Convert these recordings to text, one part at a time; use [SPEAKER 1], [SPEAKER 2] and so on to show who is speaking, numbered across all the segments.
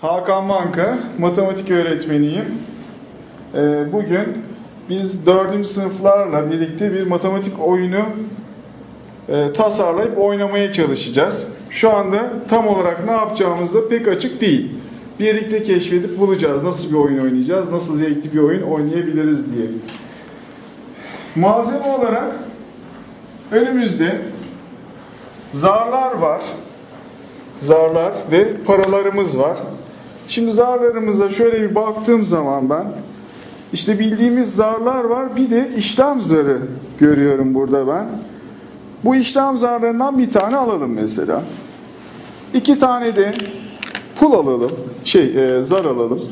[SPEAKER 1] Hakan Manka, matematik öğretmeniyim. Ee, Bugün biz 4. sınıflarla birlikte bir matematik oyunu e, tasarlayıp oynamaya çalışacağız. Şu anda tam olarak ne yapacağımız da pek açık değil. Birlikte keşfedip bulacağız nasıl bir oyun oynayacağız, nasıl zevkli bir oyun oynayabiliriz diye. Malzeme olarak önümüzde zarlar var. Zarlar ve paralarımız var. Şimdi zarlarımıza şöyle bir baktığım zaman ben işte bildiğimiz zarlar var. Bir de işlem zarı görüyorum burada ben. Bu işlem zarlarından bir tane alalım mesela. İki tane de pul alalım. Şey e, zar alalım.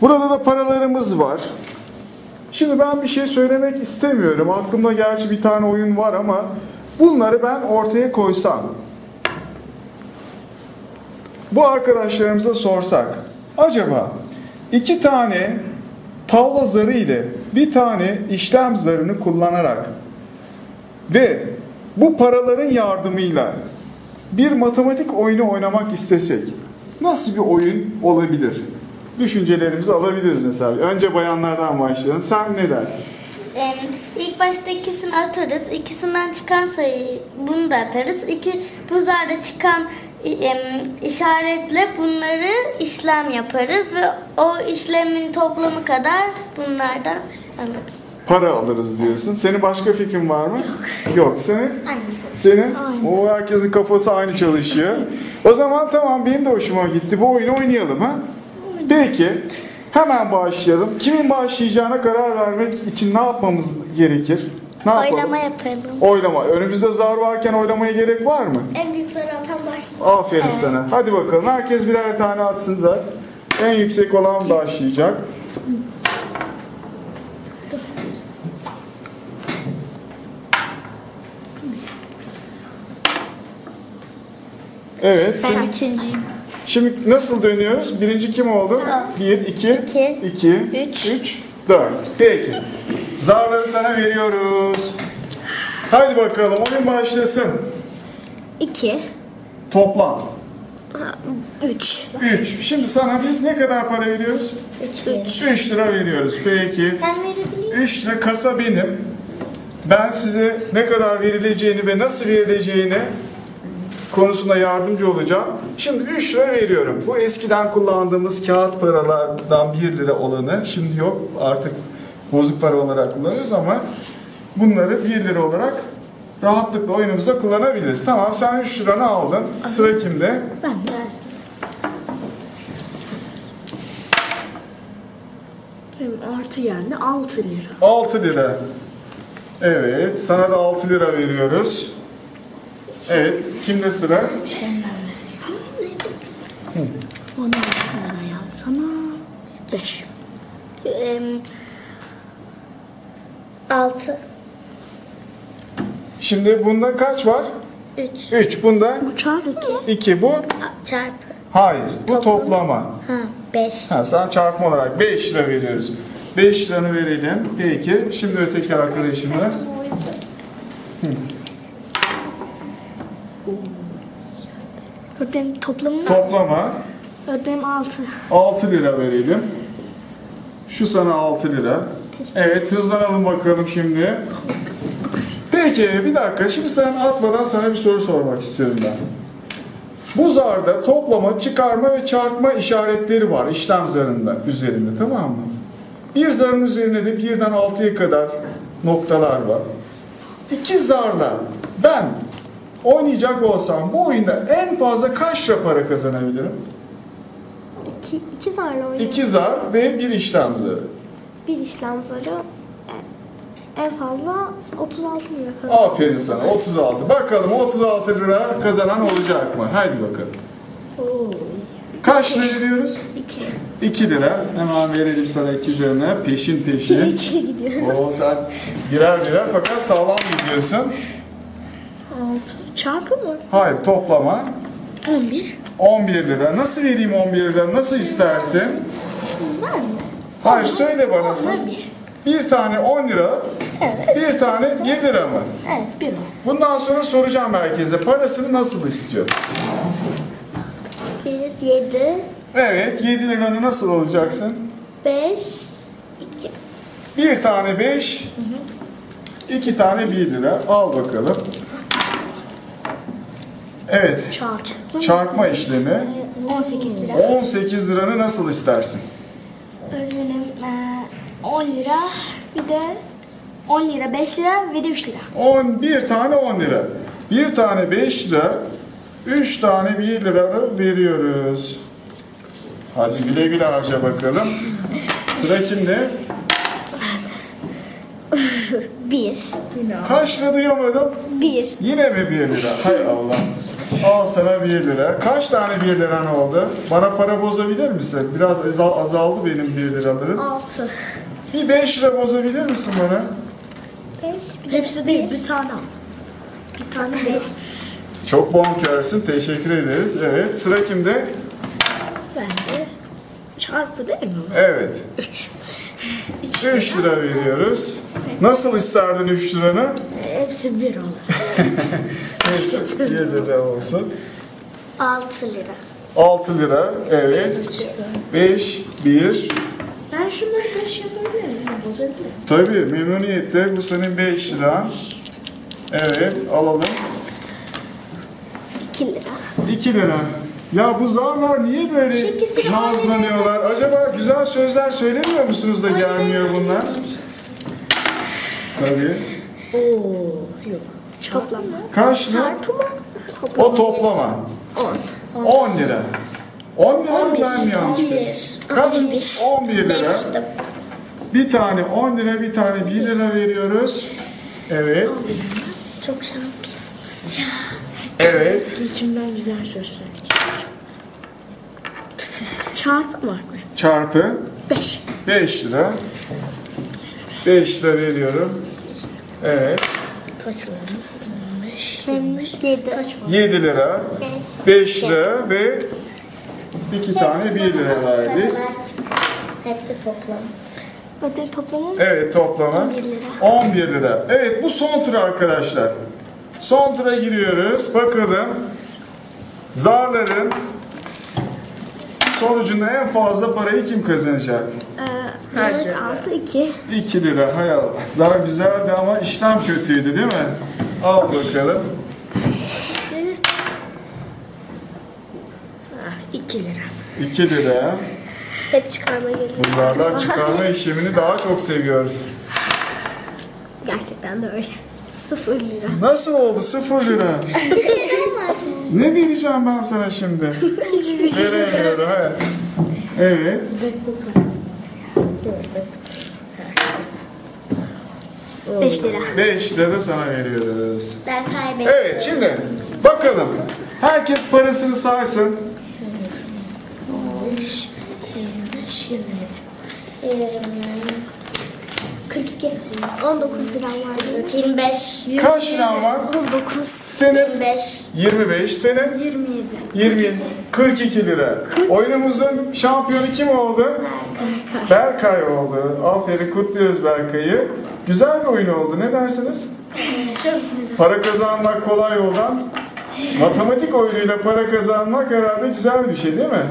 [SPEAKER 1] Burada da paralarımız var. Şimdi ben bir şey söylemek istemiyorum. Aklımda gerçi bir tane oyun var ama bunları ben ortaya koysam. Bu arkadaşlarımıza sorsak. Acaba iki tane tavla zarı ile bir tane işlem zarını kullanarak ve bu paraların yardımıyla bir matematik oyunu oynamak istesek nasıl bir oyun olabilir? Düşüncelerimizi alabiliriz mesela. Önce bayanlardan başlayalım. Sen ne dersin?
[SPEAKER 2] Ee, İlk başta ikisini atarız. İkisinden çıkan sayıyı bunu da atarız. İki, bu zarda çıkan i- em, işaretle bunları işlem yaparız ve o işlemin toplamı kadar bunlardan alırız.
[SPEAKER 1] Para alırız diyorsun. Senin başka fikrin var mı? Yok. Senin?
[SPEAKER 2] Aynı soru.
[SPEAKER 1] Senin?
[SPEAKER 2] Aynı.
[SPEAKER 1] O herkesin kafası aynı çalışıyor. O zaman tamam benim de hoşuma gitti. Bu oyunu oynayalım ha? Peki. Hemen başlayalım. Kimin başlayacağına karar vermek için ne yapmamız gerekir? Ne yapalım?
[SPEAKER 2] Oylama yapalım.
[SPEAKER 1] Oylama. Önümüzde zar varken oylamaya gerek var mı?
[SPEAKER 2] En büyük zarı atan başlıyor.
[SPEAKER 1] Aferin sana. Hadi bakalım. Herkes birer tane atsın zar. En yüksek olan başlayacak. Evet.
[SPEAKER 2] Ben üçüncüyüm.
[SPEAKER 1] Şimdi nasıl dönüyoruz? Birinci kim oldu?
[SPEAKER 2] Tamam.
[SPEAKER 1] Bir, iki,
[SPEAKER 2] İki.
[SPEAKER 1] iki,
[SPEAKER 2] Üç.
[SPEAKER 1] üç, dört. Peki. Zarları sana veriyoruz. Haydi bakalım oyun başlasın.
[SPEAKER 2] İki.
[SPEAKER 1] Toplam.
[SPEAKER 2] Üç.
[SPEAKER 1] 3. Şimdi sana biz ne kadar para veriyoruz?
[SPEAKER 2] Üç. Üç.
[SPEAKER 1] 3 lira veriyoruz. Peki.
[SPEAKER 2] Ben verebilirim.
[SPEAKER 1] 3 lira kasa benim. Ben size ne kadar verileceğini ve nasıl verileceğini konusunda yardımcı olacağım. Şimdi 3 lira veriyorum. Bu eskiden kullandığımız kağıt paralardan 1 lira olanı şimdi yok artık bozuk para olarak kullanıyoruz ama bunları 1 lira olarak rahatlıkla oyunumuzda kullanabiliriz. Tamam sen 3 liranı aldın. Sıra kimde?
[SPEAKER 2] Ben versin.
[SPEAKER 3] Benim artı yani 6 lira.
[SPEAKER 1] 6 lira. Evet, sana da 6 lira veriyoruz. Evet, kimde sıra?
[SPEAKER 3] Senin vermesin. Onun altı lira yani sana 5.
[SPEAKER 2] Em, Altı.
[SPEAKER 1] Şimdi bunda kaç var?
[SPEAKER 2] Üç.
[SPEAKER 1] 3. Bunda
[SPEAKER 3] Bu çar 2.
[SPEAKER 1] 2 bu.
[SPEAKER 2] A- Çarpı.
[SPEAKER 1] Hayır, bu toplama.
[SPEAKER 2] Ha, beş.
[SPEAKER 1] Ha, sana çarpma olarak 5 lira veriyoruz. 5 liranı verelim. Peki, şimdi öteki arkadaşımız.
[SPEAKER 2] Öğretmenim toplamını
[SPEAKER 1] Toplama.
[SPEAKER 3] Ödem 6.
[SPEAKER 1] 6 lira verelim. Şu sana 6 lira. Evet hızlanalım bakalım şimdi. Peki bir dakika şimdi sen atmadan sana bir soru sormak istiyorum ben. Bu zarda toplama, çıkarma ve çarpma işaretleri var işlem zarında üzerinde tamam mı? Bir zarın üzerine de birden 6'ya kadar noktalar var. İki zarla ben oynayacak olsam bu oyunda en fazla kaç lira para kazanabilirim?
[SPEAKER 2] iki, iki zarla oynuyor.
[SPEAKER 1] İki zar ve bir işlem zarı.
[SPEAKER 2] Bir işlem zarı e, en fazla 36 lira kadar.
[SPEAKER 1] Aferin sana 36. Bakalım 36 lira kazanan olacak mı? Haydi bakalım.
[SPEAKER 3] Oo.
[SPEAKER 1] Kaç lira veriyoruz?
[SPEAKER 2] İki.
[SPEAKER 1] 2 lira. Hemen verelim sana 2 üzerine. Peşin peşin.
[SPEAKER 2] İkiye gidiyor.
[SPEAKER 1] Oo sen birer birer fakat sağlam gidiyorsun.
[SPEAKER 3] 6. Çarpı mı?
[SPEAKER 1] Hayır toplama
[SPEAKER 3] 11.
[SPEAKER 1] 11 lira. Nasıl vereyim 11 lira? Nasıl istersin?
[SPEAKER 3] Var mı?
[SPEAKER 1] Hayır söyle bana sen. Bir tane 10 lira,
[SPEAKER 3] Evet.
[SPEAKER 1] bir tane 1 lira mı?
[SPEAKER 3] Evet 1 o.
[SPEAKER 1] Bundan sonra soracağım herkese parasını nasıl istiyor?
[SPEAKER 2] Bir,
[SPEAKER 3] 7,
[SPEAKER 1] Evet 7 liranı nasıl alacaksın?
[SPEAKER 3] 5,
[SPEAKER 2] 2.
[SPEAKER 1] Bir tane 5, iki tane 1 lira. Al bakalım. Evet
[SPEAKER 3] çarpı.
[SPEAKER 1] çarpma işlemi.
[SPEAKER 3] 18 lira.
[SPEAKER 1] 18 liranı nasıl istersin?
[SPEAKER 3] Öğretmenim e, 10 lira bir de 10 lira 5 lira ve de 3 lira.
[SPEAKER 1] 11 tane 10 lira. Bir tane 5 lira, 3 tane 1 lira veriyoruz. Hadi güle güle harca bakalım. Sıra kimde?
[SPEAKER 2] 1.
[SPEAKER 1] Kaç lira duyamadım?
[SPEAKER 2] 1.
[SPEAKER 1] Yine mi 1 lira? Hay Allah. Al sana 1 lira. Kaç tane 1 liran oldu? Bana para bozabilir misin? Biraz azal- azaldı benim 1 liralarım.
[SPEAKER 2] 6.
[SPEAKER 1] Bir 5 lira bozabilir misin bana?
[SPEAKER 2] 5.
[SPEAKER 3] Hepsi değil bir tane al. Bir tane 5.
[SPEAKER 1] Çok bonkörsün. Teşekkür ederiz. Evet. Sıra kimde?
[SPEAKER 3] ben de çarpı değil mi?
[SPEAKER 1] Evet.
[SPEAKER 3] 3
[SPEAKER 1] 3 lira veriyoruz. Nasıl isterdin 3 liranı?
[SPEAKER 3] Hepsi 1 olur.
[SPEAKER 1] Neyse 1 lira olsun.
[SPEAKER 2] 6 lira.
[SPEAKER 1] 6 lira. Evet. 5, 1.
[SPEAKER 3] Ben şunları taş yapabilir miyim? Bozabilir miyim?
[SPEAKER 1] Tabii memnuniyetle bu senin 5 liran. Evet alalım.
[SPEAKER 2] 2 lira.
[SPEAKER 1] 2 lira. Ya bu zamlar niye böyle
[SPEAKER 2] ikisi
[SPEAKER 1] nazlanıyorlar? Acaba güzel sözler söylemiyor musunuz da gelmiyor bunlar? Tabii.
[SPEAKER 3] Oo yok. Toplam.
[SPEAKER 1] Kaç lira? O toplama. 10. 10 lira. 10 lira mı ben mi yanlış? Kaç? 11 lira. Bir tane 10 lira, bir tane 1 lira veriyoruz. Evet.
[SPEAKER 2] Çok şanslısın.
[SPEAKER 1] Evet.
[SPEAKER 3] İçimden güzel söz söyleyeceğim. Çarpı var mı?
[SPEAKER 1] Çarpı
[SPEAKER 3] 5.
[SPEAKER 1] 5 lira. 5 lira veriyorum. Evet.
[SPEAKER 3] Kaç oldu? 5.
[SPEAKER 2] 7. Kaç
[SPEAKER 1] 7 lira. 5 lira ve 2 tane 1 lira verdik.
[SPEAKER 2] Hep toplam.
[SPEAKER 3] Ödül toplamı
[SPEAKER 1] Evet toplama.
[SPEAKER 3] 11 lira.
[SPEAKER 1] 11 lira. Evet bu son tur arkadaşlar. Son tura giriyoruz. Bakalım zarların sonucunda en fazla parayı kim kazanacak?
[SPEAKER 3] Evet, 6 2.
[SPEAKER 1] 2 lira hay Allah. Zar güzeldi ama işlem kötüydü değil mi? Al bakalım.
[SPEAKER 3] 2 lira.
[SPEAKER 1] 2 lira.
[SPEAKER 2] Hep çıkarma geliyor.
[SPEAKER 1] Bu zarlar çıkarma işlemini daha çok seviyoruz.
[SPEAKER 2] Gerçekten de öyle. 0 lira.
[SPEAKER 1] Nasıl oldu 0 lira?
[SPEAKER 2] şey
[SPEAKER 1] ne vereceğim ben sana şimdi? Veremiyorum. he. Evet.
[SPEAKER 3] Beş lira.
[SPEAKER 1] 5 lira da sana veriyoruz.
[SPEAKER 2] Ben kaybettim.
[SPEAKER 1] Evet şimdi bakalım. Herkes parasını saysın.
[SPEAKER 3] 5 lira.
[SPEAKER 2] 42. 19 lira vardı. 25.
[SPEAKER 1] Kaç liran var?
[SPEAKER 2] 19.
[SPEAKER 1] Senin
[SPEAKER 2] 25.
[SPEAKER 1] 25, senin
[SPEAKER 3] 27.
[SPEAKER 1] 20, 42 lira. Oyunumuzun şampiyonu kim oldu? Berkay oldu. Aferin kutluyoruz Berkay'ı. Güzel bir oyun oldu. Ne dersiniz? Para kazanmak kolay olan matematik oyunuyla para kazanmak herhalde güzel bir şey değil mi?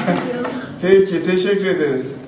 [SPEAKER 1] Peki teşekkür ederiz.